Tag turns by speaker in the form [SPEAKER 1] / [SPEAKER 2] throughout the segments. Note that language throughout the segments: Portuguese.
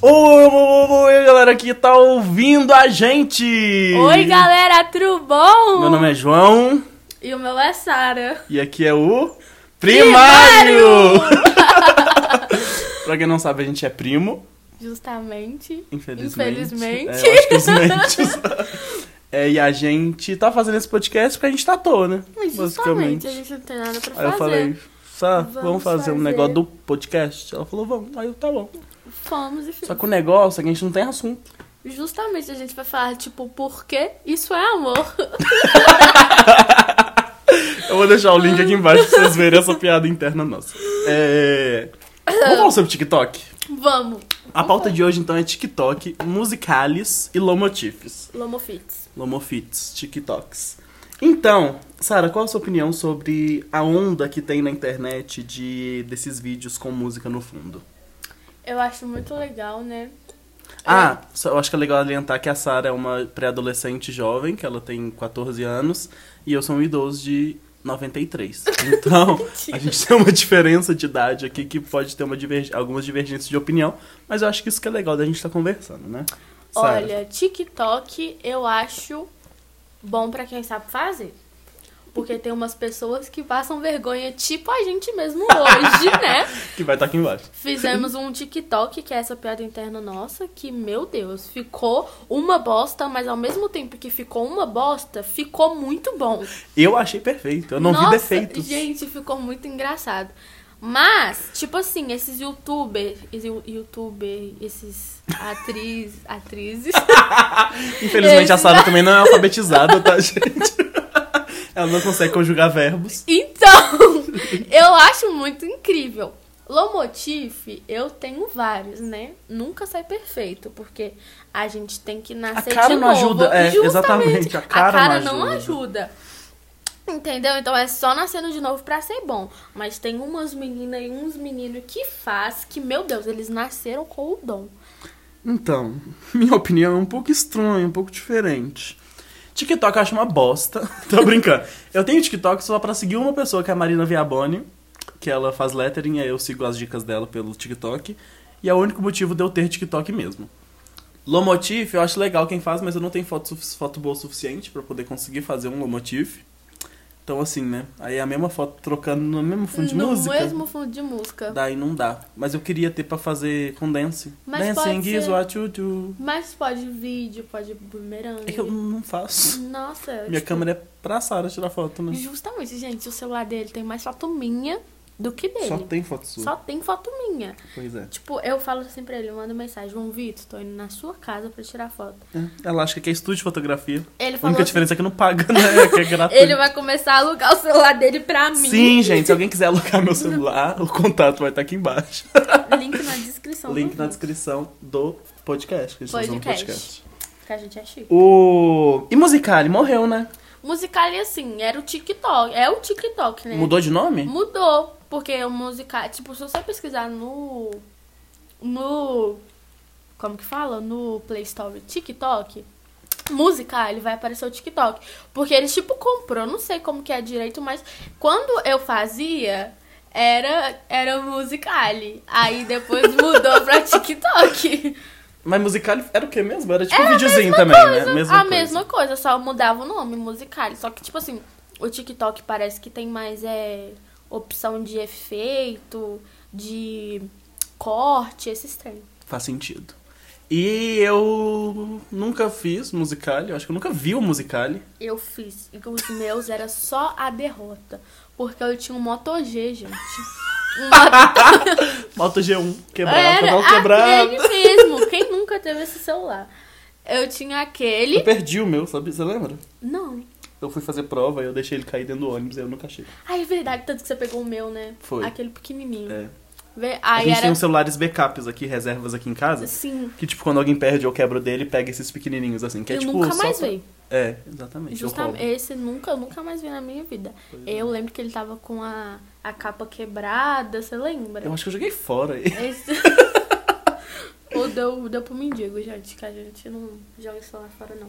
[SPEAKER 1] Oi, oi, galera que tá ouvindo a gente!
[SPEAKER 2] Oi, galera, tudo bom?
[SPEAKER 1] Meu nome é João
[SPEAKER 2] E o meu é Sara.
[SPEAKER 1] e aqui é o Primário! pra quem não sabe, a gente é primo,
[SPEAKER 2] Justamente.
[SPEAKER 1] infelizmente.
[SPEAKER 2] Infelizmente.
[SPEAKER 1] É, eu acho que os mentes. É, e a gente tá fazendo esse podcast porque a gente tá à toa, né?
[SPEAKER 2] Mas justamente, a gente não tem nada pra
[SPEAKER 1] Aí eu
[SPEAKER 2] fazer.
[SPEAKER 1] falei, Sá, vamos,
[SPEAKER 2] Vamos
[SPEAKER 1] fazer, um
[SPEAKER 2] fazer.
[SPEAKER 1] negócio do podcast? Ela falou, vamos. Aí eu, tá bom.
[SPEAKER 2] Fomos e
[SPEAKER 1] Só
[SPEAKER 2] fizemos.
[SPEAKER 1] que o negócio é que a gente não tem assunto.
[SPEAKER 2] Justamente a gente vai falar, tipo, por que isso é amor?
[SPEAKER 1] Eu vou deixar o link aqui embaixo pra vocês verem essa piada interna nossa. É... Vamos falar sobre TikTok?
[SPEAKER 2] Vamos.
[SPEAKER 1] A pauta de hoje, então, é TikTok, musicales e lomotifs.
[SPEAKER 2] Lomofits.
[SPEAKER 1] Lomofits, TikToks. Então, Sara, qual a sua opinião sobre a onda que tem na internet de desses vídeos com música no fundo?
[SPEAKER 2] Eu acho muito legal, né?
[SPEAKER 1] Ah, só- eu acho que é legal alientar que a Sara é uma pré-adolescente jovem, que ela tem 14 anos, e eu sou um idoso de 93. Então, a gente tem uma diferença de idade aqui que pode ter uma diverg- algumas divergências de opinião, mas eu acho que isso que é legal da gente estar conversando, né? Sara?
[SPEAKER 2] Olha, TikTok eu acho bom pra quem sabe fazer. Porque tem umas pessoas que passam vergonha, tipo a gente mesmo hoje, né?
[SPEAKER 1] que vai estar aqui embaixo.
[SPEAKER 2] Fizemos um TikTok, que é essa piada interna nossa, que, meu Deus, ficou uma bosta, mas ao mesmo tempo que ficou uma bosta, ficou muito bom.
[SPEAKER 1] Eu achei perfeito, eu não
[SPEAKER 2] nossa,
[SPEAKER 1] vi defeitos.
[SPEAKER 2] Gente, ficou muito engraçado. Mas, tipo assim, esses youtubers, esse- youtuber, esses atriz, atrizes,
[SPEAKER 1] Infelizmente a
[SPEAKER 2] Esse-
[SPEAKER 1] Sara também não é alfabetizada, tá, gente? Ela não consegue conjugar verbos.
[SPEAKER 2] Então, eu acho muito incrível. Lomotif, eu tenho vários, né? Nunca sai perfeito, porque a gente tem que nascer
[SPEAKER 1] A cara
[SPEAKER 2] de
[SPEAKER 1] não
[SPEAKER 2] novo.
[SPEAKER 1] ajuda, é,
[SPEAKER 2] Justamente,
[SPEAKER 1] exatamente, a cara não
[SPEAKER 2] não ajuda. Entendeu? Então é só nascendo de novo pra ser bom. Mas tem umas meninas e uns meninos que faz que, meu Deus, eles nasceram com o dom.
[SPEAKER 1] Então, minha opinião é um pouco estranha, um pouco diferente. TikTok eu acho uma bosta. Tô brincando. Eu tenho TikTok só pra seguir uma pessoa, que é a Marina Viaboni, que ela faz lettering, aí eu sigo as dicas dela pelo TikTok. E é o único motivo de eu ter TikTok mesmo. Lomotif eu acho legal quem faz, mas eu não tenho foto, sufici- foto boa o suficiente pra poder conseguir fazer um Lomotif. Então assim, né? Aí é a mesma foto trocando no mesmo fundo de
[SPEAKER 2] no
[SPEAKER 1] música.
[SPEAKER 2] mesmo fundo de música.
[SPEAKER 1] Daí não dá. Mas eu queria ter pra fazer com dance.
[SPEAKER 2] Mas
[SPEAKER 1] Dancing
[SPEAKER 2] pode
[SPEAKER 1] is
[SPEAKER 2] ser-
[SPEAKER 1] what you do.
[SPEAKER 2] Mas pode vídeo, pode bumerangue.
[SPEAKER 1] É que eu não faço.
[SPEAKER 2] Nossa,
[SPEAKER 1] Minha
[SPEAKER 2] tipo,
[SPEAKER 1] câmera é pra Sara tirar foto, né?
[SPEAKER 2] Justamente, gente, o celular dele tem mais foto minha do que dele.
[SPEAKER 1] Só tem foto sua.
[SPEAKER 2] Uhum. Só tem foto minha.
[SPEAKER 1] Pois é.
[SPEAKER 2] Tipo, eu falo assim pra ele, eu mando mensagem, João Vitor, tô indo na sua casa pra tirar foto.
[SPEAKER 1] É, Ela acha que é estúdio de fotografia.
[SPEAKER 2] Ele
[SPEAKER 1] A
[SPEAKER 2] falou
[SPEAKER 1] única
[SPEAKER 2] assim,
[SPEAKER 1] diferença é que não paga, né? É que é gratuito.
[SPEAKER 2] ele vai começar a alugar o celular dele pra mim.
[SPEAKER 1] Sim, gente. Se alguém quiser alugar meu celular, o contato vai estar aqui embaixo.
[SPEAKER 2] Link na descrição.
[SPEAKER 1] Link
[SPEAKER 2] do
[SPEAKER 1] na descrição do podcast. Que a gente tá fazendo
[SPEAKER 2] Uhum. Podcast.
[SPEAKER 1] podcast.
[SPEAKER 2] Que a gente é chique.
[SPEAKER 1] O... E Musicali morreu, né?
[SPEAKER 2] Musical.ly, assim, era o TikTok. É o TikTok, né?
[SPEAKER 1] Mudou de nome?
[SPEAKER 2] Mudou, porque o musical, tipo, se você pesquisar no no como que fala? No Play Store TikTok, musical, ele vai aparecer o TikTok, porque eles tipo comprou, não sei como que é direito, mas quando eu fazia era era musical. Aí depois mudou pra TikTok.
[SPEAKER 1] Mas Musicali era o quê mesmo? Era tipo um videozinho também, né?
[SPEAKER 2] a
[SPEAKER 1] coisa.
[SPEAKER 2] mesma coisa, só mudava o nome, musical. Só que, tipo assim, o TikTok parece que tem mais é, opção de efeito, de corte, esses trem.
[SPEAKER 1] Faz sentido. E eu nunca fiz musicale, eu acho que eu nunca vi o musicale.
[SPEAKER 2] Eu fiz. E os meus era só a derrota. Porque eu tinha um Moto G, gente. Um Moto
[SPEAKER 1] Moto G1, quebrado,
[SPEAKER 2] Era
[SPEAKER 1] cavalo tá quebrado.
[SPEAKER 2] aquele mesmo. Quem nunca teve esse celular? Eu tinha
[SPEAKER 1] Eu
[SPEAKER 2] aquele.
[SPEAKER 1] perdi o meu, sabe? Você lembra?
[SPEAKER 2] Não.
[SPEAKER 1] Eu fui fazer prova e eu deixei ele cair dentro do ônibus e eu nunca achei.
[SPEAKER 2] Ah, é verdade, tanto que você pegou o meu, né?
[SPEAKER 1] Foi.
[SPEAKER 2] Aquele pequenininho.
[SPEAKER 1] É.
[SPEAKER 2] Vê-
[SPEAKER 1] A
[SPEAKER 2] Aí
[SPEAKER 1] gente um tem
[SPEAKER 2] era.
[SPEAKER 1] uns celulares backups aqui, reservas aqui em casa.
[SPEAKER 2] Sim.
[SPEAKER 1] Que tipo, quando alguém perde ou quebra o dele, pega esses pequenininhos assim. Que é,
[SPEAKER 2] eu
[SPEAKER 1] tipo,
[SPEAKER 2] nunca
[SPEAKER 1] só
[SPEAKER 2] mais
[SPEAKER 1] pra-
[SPEAKER 2] vi.
[SPEAKER 1] É, exatamente. eu
[SPEAKER 2] Justamente,
[SPEAKER 1] roubo. é.
[SPEAKER 2] esse nunca, eu nunca mais vi na minha vida. Eu lembro que ele tava com a, a capa quebrada, você lembra?
[SPEAKER 1] Eu acho que eu joguei fora.
[SPEAKER 2] Esse... Ou deu, deu pro mendigo, gente, que a gente não joga isso lá fora, não.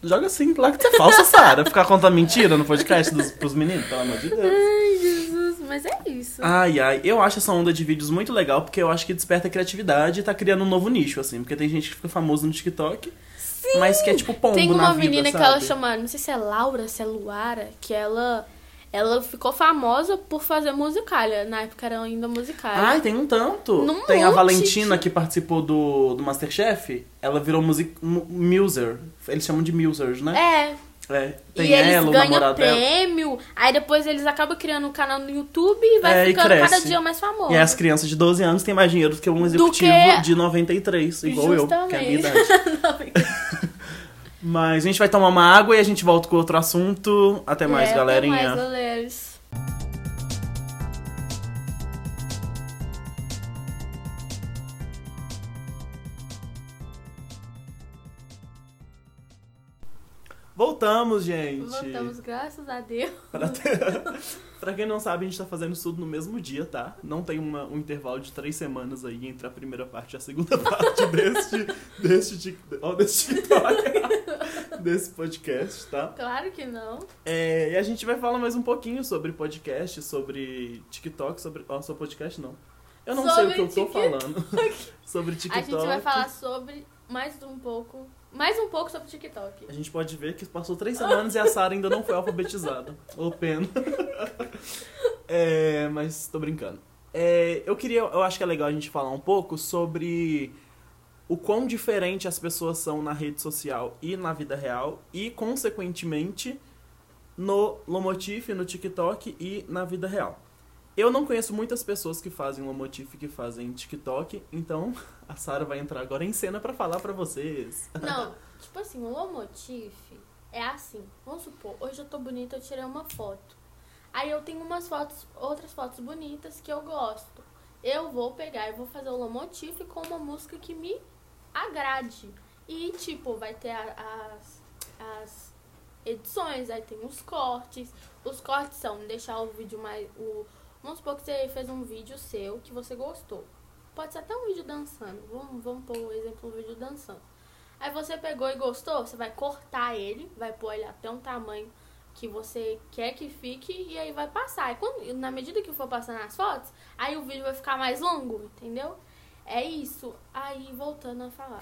[SPEAKER 1] Joga assim, lá que você é falsa, Sara. Ficar contando mentira no podcast dos, pros meninos, pelo amor de Deus. Ah,
[SPEAKER 2] Ai, Jesus, mas Mas é isso.
[SPEAKER 1] Ai, ai, eu acho essa onda de vídeos muito legal, porque eu acho que desperta a criatividade e tá criando um novo nicho, assim. Porque tem gente que fica famosa no TikTok,
[SPEAKER 2] Sim!
[SPEAKER 1] mas que é tipo pombo
[SPEAKER 2] Tem
[SPEAKER 1] na
[SPEAKER 2] uma
[SPEAKER 1] vida,
[SPEAKER 2] menina que
[SPEAKER 1] sabe?
[SPEAKER 2] ela chama, não sei se é Laura, se é Luara, que ela ela ficou famosa por fazer musicalha. Na época era ainda musicalha.
[SPEAKER 1] Ai, tem um tanto.
[SPEAKER 2] Num
[SPEAKER 1] tem a
[SPEAKER 2] monte,
[SPEAKER 1] Valentina
[SPEAKER 2] gente.
[SPEAKER 1] que participou do, do Masterchef, ela virou music, mu- muser. Eles chamam de musers, né?
[SPEAKER 2] é,
[SPEAKER 1] É, tem
[SPEAKER 2] e eles
[SPEAKER 1] ela, o
[SPEAKER 2] ganham
[SPEAKER 1] namorado dela.
[SPEAKER 2] prêmio, aí depois eles acabam criando um canal no YouTube e vai
[SPEAKER 1] É, e
[SPEAKER 2] ficando cada
[SPEAKER 1] cresce.
[SPEAKER 2] dia mais
[SPEAKER 1] E
[SPEAKER 2] famoso.
[SPEAKER 1] aí as crianças de 12 anos têm mais dinheiro do que um executivo
[SPEAKER 2] que-
[SPEAKER 1] de 93, igual eu, que é a minha
[SPEAKER 2] Justamente.
[SPEAKER 1] idade. Mas a gente vai tomar uma água e a gente volta com outro assunto. Até mais,
[SPEAKER 2] É,
[SPEAKER 1] galerinha.
[SPEAKER 2] Até mais, galeras.
[SPEAKER 1] Voltamos, gente.
[SPEAKER 2] Voltamos, graças a Deus.
[SPEAKER 1] Pra quem não sabe, a gente tá fazendo isso tudo no mesmo dia, tá? Não tem uma- um intervalo de três semanas aí entre a primeira parte e a segunda parte deste, deste, tic- ó, deste TikTok, desse podcast, tá?
[SPEAKER 2] Claro que não.
[SPEAKER 1] É, e a gente vai falar mais um pouquinho sobre podcast, sobre TikTok, sobre. Ó, sobre podcast não. Eu não
[SPEAKER 2] Sobre
[SPEAKER 1] sei o que eu tô
[SPEAKER 2] TikTok.
[SPEAKER 1] falando. sobre TikTok.
[SPEAKER 2] A gente vai falar sobre mais um pouco. Mais um pouco sobre TikTok.
[SPEAKER 1] A gente pode ver que passou três semanas e a Sara ainda não foi alfabetizada. Ô, pena. É, mas tô brincando. É, eu queria, eu acho que é legal a gente falar um pouco sobre o quão diferente as pessoas são na rede social e na vida real e, consequentemente, no Lomotif, no TikTok e na vida real. Eu não conheço muitas pessoas que fazem Lomotif e que fazem TikTok, então a Sara vai entrar agora em cena pra falar pra vocês.
[SPEAKER 2] Não, tipo assim, o Lomotif é assim. Vamos supor, hoje eu tô bonita, eu tirei uma foto. Aí eu tenho umas fotos, outras fotos bonitas que eu gosto. Eu vou pegar e vou fazer o Lomotif com uma música que me agrade. E, tipo, vai ter a- as, as edições, aí tem os cortes. Os cortes são deixar o vídeo mais. O, vamos supor que você fez um vídeo seu que você gostou. Pode ser até um vídeo dançando. Vamos, vamos pôr o exemplo do vídeo dançando. Aí você pegou e gostou, você vai cortar ele, vai pôr ele até um tamanho que você quer que fique e aí vai passar. E quando, na medida que for passando as fotos, aí o vídeo vai ficar mais longo, entendeu? É isso. Aí voltando a falar.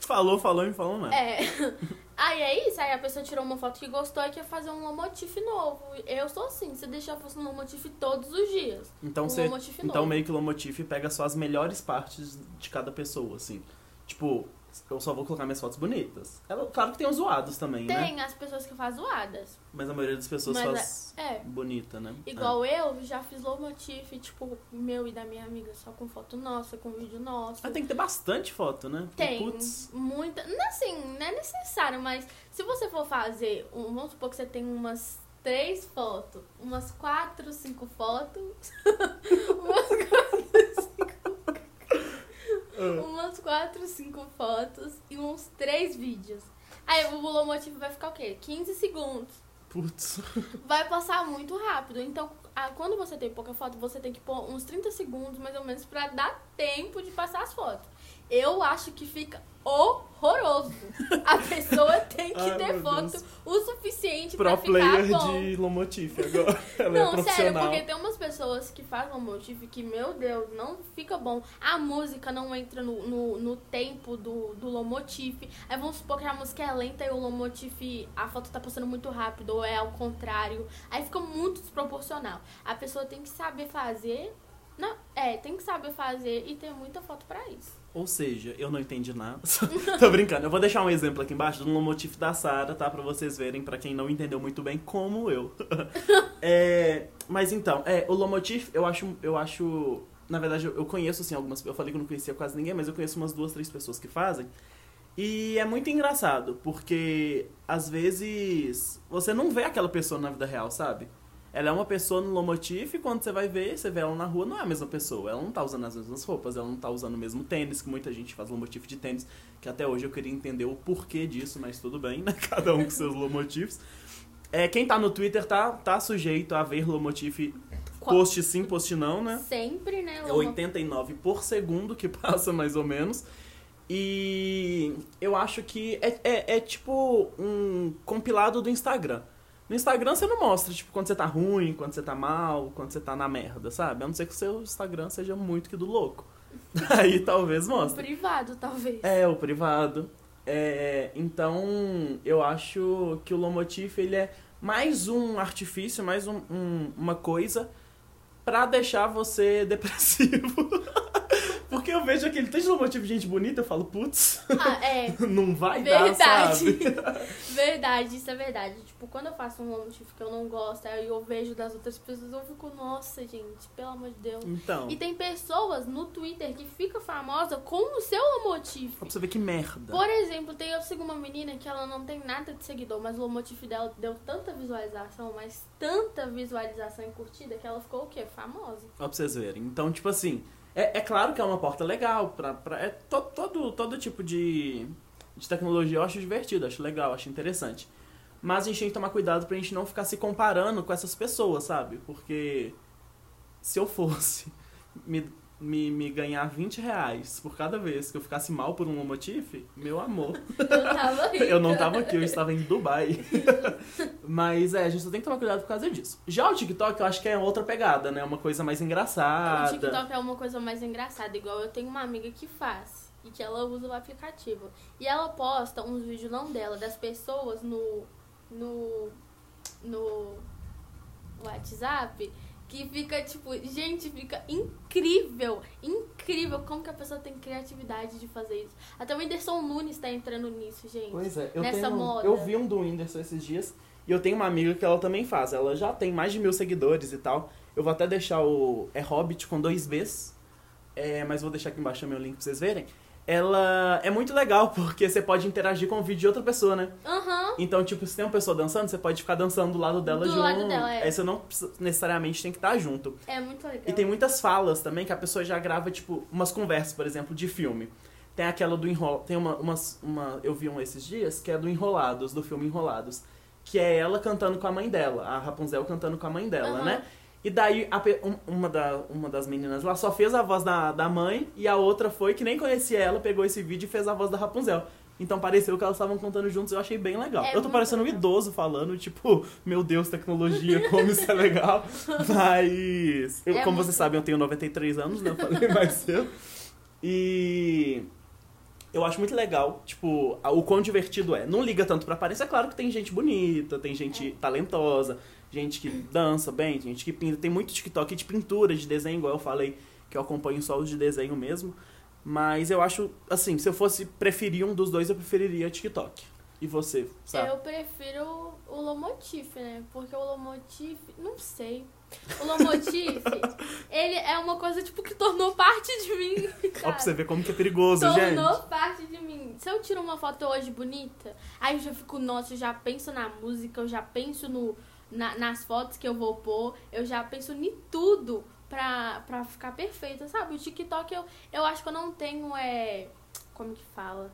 [SPEAKER 1] Falou, falou e não falou nada.
[SPEAKER 2] É. Aí é isso, aí a pessoa tirou uma foto que gostou e quer fazer um lomotif novo. Eu sou assim, se deixar eu faço um lomotif todos os dias.
[SPEAKER 1] Então,
[SPEAKER 2] um
[SPEAKER 1] você,
[SPEAKER 2] Lomotif
[SPEAKER 1] então
[SPEAKER 2] novo.
[SPEAKER 1] meio que o Lomotif pega só as melhores partes de cada pessoa, assim. Tipo, eu só vou colocar minhas fotos bonitas. Ela- claro que tem os zoados também, né?
[SPEAKER 2] Tem as pessoas que fazem zoadas.
[SPEAKER 1] Mas a maioria das pessoas
[SPEAKER 2] Mas
[SPEAKER 1] faz
[SPEAKER 2] É.
[SPEAKER 1] bonita, né?
[SPEAKER 2] Igual eu, já fiz lomotif, tipo, meu e da minha amiga, só com foto nossa, com vídeo nosso.
[SPEAKER 1] É. Mas tem que ter bastante foto, né? Porque,
[SPEAKER 2] Tem
[SPEAKER 1] Putz,
[SPEAKER 2] muita. Não assim, não é necessário, mas se você for fazer, um, vamos supor que você tem umas três fotos, umas quatro, cinco fotos. umas quatro, cinco. umas quatro, cinco fotos e uns três vídeos. Aí o lomotivo vai ficar o quê? 15 segundos
[SPEAKER 1] putz.
[SPEAKER 2] vai passar muito rápido. Então, a- quando você tem pouca foto, você tem que pôr uns 30 segundos, mais ou menos, pra dar tempo de passar as fotos. Eu acho que fica horroroso. A pessoa tem que
[SPEAKER 1] Ai,
[SPEAKER 2] ter
[SPEAKER 1] meu
[SPEAKER 2] foto
[SPEAKER 1] Deus.
[SPEAKER 2] o suficiente
[SPEAKER 1] Pro
[SPEAKER 2] pra ficar
[SPEAKER 1] player
[SPEAKER 2] bom.
[SPEAKER 1] de Lomotif agora. Ela é
[SPEAKER 2] Não, sério,
[SPEAKER 1] profissional.
[SPEAKER 2] porque tem umas pessoas que fazem um motivo que, meu Deus, não fica bom. A música não entra no, no, no tempo do, do Lomotif. Aí vamos supor que a música é lenta e o Lomotif, a foto tá passando muito rápido, ou é ao contrário. Aí fica muito desproporcional. A pessoa tem que saber fazer. Não, é, tem que saber fazer e ter muita foto pra isso.
[SPEAKER 1] Ou seja, eu não entendi nada. Tô brincando. Eu vou deixar um exemplo aqui embaixo do Lomotif da Sara, tá? Pra vocês verem, pra quem não entendeu muito bem, como eu. É, mas então, é, o Lomotif, eu acho, eu acho. Na verdade, eu eu conheço, assim, algumas. Eu falei que eu não conhecia quase ninguém, mas eu conheço umas duas, três pessoas que fazem. E é muito engraçado, porque às vezes você não vê aquela pessoa na vida real, sabe? Ela é uma pessoa no Lomotif e quando você vai ver, você vê ela na rua, não é a mesma pessoa. Ela não tá usando as mesmas roupas, ela não tá usando o mesmo tênis, que muita gente faz Lomotif de tênis, que até hoje eu queria entender o porquê disso, mas tudo bem, né? Cada um com seus Lomotifs. É, quem tá no Twitter tá, tá sujeito a ver Lomotif
[SPEAKER 2] Qual-
[SPEAKER 1] post sim, post não, né?
[SPEAKER 2] Sempre, né?
[SPEAKER 1] É
[SPEAKER 2] Lomo-
[SPEAKER 1] 89 por segundo que passa, mais ou menos. E eu acho que é, é, é tipo um compilado do Instagram. No Instagram você não mostra, tipo, quando você tá ruim, quando você tá mal, quando você tá na merda, sabe? A não ser que o seu Instagram seja muito que do louco. Aí talvez
[SPEAKER 2] No
[SPEAKER 1] mostre.
[SPEAKER 2] privado, talvez.
[SPEAKER 1] É, o privado. É, então, eu acho que o Lomotif, ele é mais um artifício, mais um- um- uma coisa pra deixar você depressivo. Porque eu vejo aquele tanto de Lomotif de gente bonita, eu falo, putz,
[SPEAKER 2] Ah, é.
[SPEAKER 1] não vai dar,
[SPEAKER 2] Verdade.
[SPEAKER 1] sabe?
[SPEAKER 2] verdade, isso é verdade. Tipo, quando eu faço um lomotivo que eu não gosto, aí eu vejo das outras pessoas, eu fico, nossa, gente, pelo amor de Deus.
[SPEAKER 1] Então,
[SPEAKER 2] E tem pessoas no Twitter que fica famosa com o seu
[SPEAKER 1] pra
[SPEAKER 2] lomotivo.
[SPEAKER 1] você ver que merda.
[SPEAKER 2] Por exemplo, tem, eu sigo uma menina que ela não tem nada de seguidor, mas o lomotivo dela deu tanta visualização, mas tanta visualização e curtida que ela ficou o quê? Famosa.
[SPEAKER 1] Ó, pra vocês verem. Então, tipo assim, é, é claro que é uma porta legal. Pra, pra, é to- todo, todo tipo de, de tecnologia eu acho divertido, acho legal, acho interessante. Mas a gente tem que tomar cuidado pra gente não ficar se comparando com essas pessoas, sabe? Porque se eu fosse me, me, me ganhar 20 reais por cada vez que eu ficasse mal por um Lomotif, meu amor.
[SPEAKER 2] Eu tava rica.
[SPEAKER 1] Eu não tava aqui, eu estava em Dubai. Mas é, a gente só tem que tomar cuidado por causa disso. Já o TikTok, eu acho que é outra pegada, né? Uma coisa mais engraçada.
[SPEAKER 2] O TikTok é uma coisa mais engraçada, igual eu tenho uma amiga que faz e que ela usa o aplicativo. E ela posta uns vídeos não dela, das pessoas no. no. no WhatsApp. Que fica, tipo, gente, fica incrível, incrível como que a pessoa tem criatividade de fazer isso. Até o Whindersson Nunes tá entrando nisso, gente.
[SPEAKER 1] Pois é, eu,
[SPEAKER 2] Nessa
[SPEAKER 1] tenho-
[SPEAKER 2] moda.
[SPEAKER 1] eu vi um do Whindersson esses dias e eu tenho uma amiga que ela também faz. Ela já tem mais de mil seguidores e tal. Eu vou até deixar o. É Hobbit com dois Bs. É, mas vou deixar aqui embaixo meu link pra vocês verem. Ela é muito legal porque você pode interagir com o vídeo de outra pessoa, né?
[SPEAKER 2] Aham.
[SPEAKER 1] Então, tipo, se tem uma pessoa dançando, você pode ficar dançando do lado dela
[SPEAKER 2] Do
[SPEAKER 1] junto.
[SPEAKER 2] lado dela, é.
[SPEAKER 1] Aí você não precisa- necessariamente tem que estar junto.
[SPEAKER 2] É muito legal.
[SPEAKER 1] E tem muitas falas também que a pessoa já grava, tipo, umas conversas, por exemplo, de filme. Tem aquela do enrolado. Tem uma, umas- uma. Eu vi um esses dias, que é do Enrolados, do filme Enrolados. Que é ela cantando com a mãe dela, a Rapunzel cantando com a mãe dela,
[SPEAKER 2] Aham.
[SPEAKER 1] né? E daí a pe- um- uma, da- uma das meninas lá só fez a voz da, da mãe e a outra foi, que nem conhecia ela, pegou esse vídeo e fez a voz da Rapunzel. Então pareceu que elas estavam cantando juntos, eu achei bem legal.
[SPEAKER 2] É
[SPEAKER 1] eu tô
[SPEAKER 2] muito
[SPEAKER 1] parecendo um
[SPEAKER 2] legal.
[SPEAKER 1] idoso falando, tipo, meu Deus, tecnologia, como isso é legal. Mas. eu-
[SPEAKER 2] É
[SPEAKER 1] como
[SPEAKER 2] muito
[SPEAKER 1] vocês sabem, eu tenho 93 anos, né? Eu falei mais cedo. E. Eu acho muito legal, tipo, a- o quão divertido é. Não liga tanto pra aparência, é claro que tem gente bonita, tem gente
[SPEAKER 2] É.
[SPEAKER 1] talentosa, gente que dança bem, gente que pinta. Tem muito TikTok de pintura, de desenho, igual eu falei, que eu acompanho só os de desenho mesmo. Mas eu acho, assim, se eu fosse preferir um dos dois, eu preferiria TikTok. E você, sabe?
[SPEAKER 2] Eu prefiro o- o Lomotif, né? Porque o Lomotif, não sei. O Lomotif, ele é uma coisa tipo que tornou parte de mim.
[SPEAKER 1] Ó, pra
[SPEAKER 2] Cara.
[SPEAKER 1] você ver como que é perigoso,
[SPEAKER 2] tornou
[SPEAKER 1] gente.
[SPEAKER 2] parte de mim. Se eu tiro uma foto hoje bonita, aí eu já fico, nossa, eu já penso na música, eu já penso no, na- nas fotos que eu vou pôr, eu já penso em tudo pra, pra ficar perfeita, sabe? O TikTok eu, eu acho que eu não tenho, é. Como que fala?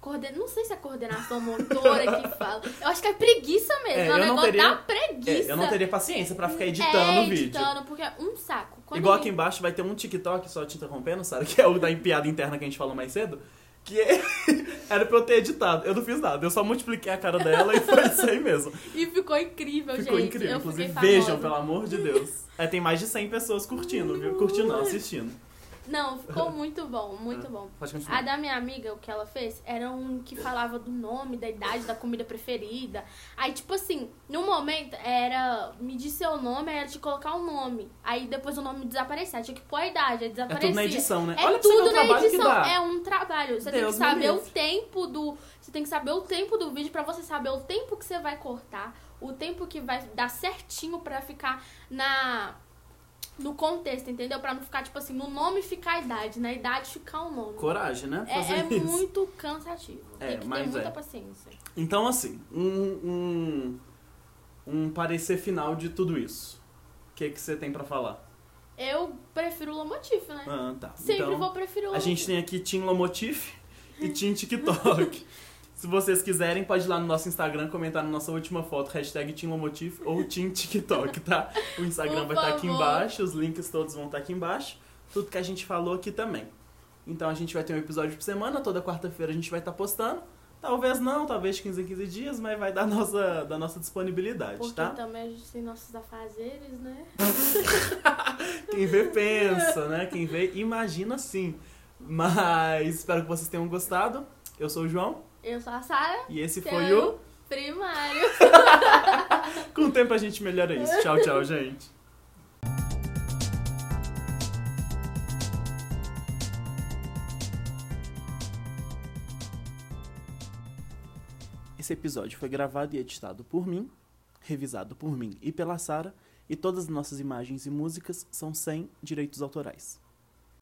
[SPEAKER 2] Coorden... Não sei se é coordenação motora que fala. Eu acho que é preguiça mesmo.
[SPEAKER 1] É,
[SPEAKER 2] é
[SPEAKER 1] eu
[SPEAKER 2] um
[SPEAKER 1] não
[SPEAKER 2] negócio
[SPEAKER 1] teria-
[SPEAKER 2] da preguiça.
[SPEAKER 1] É, eu não teria paciência pra ficar editando
[SPEAKER 2] é,
[SPEAKER 1] o vídeo.
[SPEAKER 2] editando, porque é um saco. Quando
[SPEAKER 1] Igual
[SPEAKER 2] eu-
[SPEAKER 1] aqui embaixo vai ter um TikTok, só te interrompendo, Sara, que é o da piada interna que a gente falou mais cedo, que era pra eu ter editado. Eu não fiz nada, eu só multipliquei a cara dela e foi isso aí mesmo.
[SPEAKER 2] E ficou incrível,
[SPEAKER 1] Ficou
[SPEAKER 2] gente.
[SPEAKER 1] incrível.
[SPEAKER 2] Eu fiquei
[SPEAKER 1] Inclusive, vejam,
[SPEAKER 2] famosa.
[SPEAKER 1] pelo amor de Deus. É, tem mais de 100 pessoas curtindo, viu? Curtindo, não, assistindo.
[SPEAKER 2] Não, ficou muito bom, muito bom.
[SPEAKER 1] Pode
[SPEAKER 2] A
[SPEAKER 1] continuar.
[SPEAKER 2] da minha amiga, o que ela fez, era um que falava do nome, da idade, da comida preferida. Aí, tipo assim, no momento era me diz seu nome, aí era te colocar o nome. Aí depois o nome desaparecia, tinha que pôr a idade, aí
[SPEAKER 1] É
[SPEAKER 2] desaparecia.
[SPEAKER 1] tudo na edição, né?
[SPEAKER 2] É
[SPEAKER 1] Olha pra você ver
[SPEAKER 2] tudo
[SPEAKER 1] o
[SPEAKER 2] na
[SPEAKER 1] trabalho que
[SPEAKER 2] edição,
[SPEAKER 1] dá.
[SPEAKER 2] é um trabalho. Você
[SPEAKER 1] Deus
[SPEAKER 2] tem
[SPEAKER 1] me
[SPEAKER 2] que saber o
[SPEAKER 1] livre.
[SPEAKER 2] tempo do, você tem que saber o tempo do vídeo pra você saber o tempo que você vai cortar, o tempo que vai dar certinho pra ficar na no contexto, entendeu? Pra não ficar tipo assim, no nome ficar a idade, na idade ficar o nome.
[SPEAKER 1] Coragem, né? Fazer
[SPEAKER 2] um- é é
[SPEAKER 1] isso.
[SPEAKER 2] muito cansativo.
[SPEAKER 1] É,
[SPEAKER 2] tem que ter
[SPEAKER 1] mas
[SPEAKER 2] muita
[SPEAKER 1] é.
[SPEAKER 2] paciência.
[SPEAKER 1] Então, assim, um, um, um parecer final de tudo isso. O que, que você tem pra falar?
[SPEAKER 2] Eu prefiro o Lomotif, né?
[SPEAKER 1] Ah, tá.
[SPEAKER 2] Sempre
[SPEAKER 1] então...
[SPEAKER 2] vou preferir o
[SPEAKER 1] A gente tem aqui Team Lomotif e Team TikTok. Se vocês quiserem, pode ir lá no nosso Instagram comentar na nossa última foto, hashtag Team Lomotif ou Team TikTok, tá? O Instagram
[SPEAKER 2] Por
[SPEAKER 1] vai estar aqui
[SPEAKER 2] favor.
[SPEAKER 1] embaixo, os links todos vão estar aqui embaixo. Tudo que a gente falou aqui também. Então a gente vai ter um episódio por semana, toda quarta-feira a gente vai estar postando. Talvez não, talvez de 15 em 15 dias, mas vai dar nossa, da nossa disponibilidade,
[SPEAKER 2] Porque
[SPEAKER 1] tá?
[SPEAKER 2] também a gente tem nossos afazeres, né?
[SPEAKER 1] Quem vê, pensa, né? Quem vê, imagina sim. Mas espero que vocês tenham gostado. Eu sou o João
[SPEAKER 2] Eu sou a Sara. é
[SPEAKER 1] e esse
[SPEAKER 2] seu
[SPEAKER 1] foi o.
[SPEAKER 2] Primário.
[SPEAKER 1] Com o tempo a gente melhora isso. Tchau, tchau, gente. Esse episódio foi gravado e editado por mim, revisado por mim e pela Sara, e todas as nossas imagens e músicas são sem direitos autorais.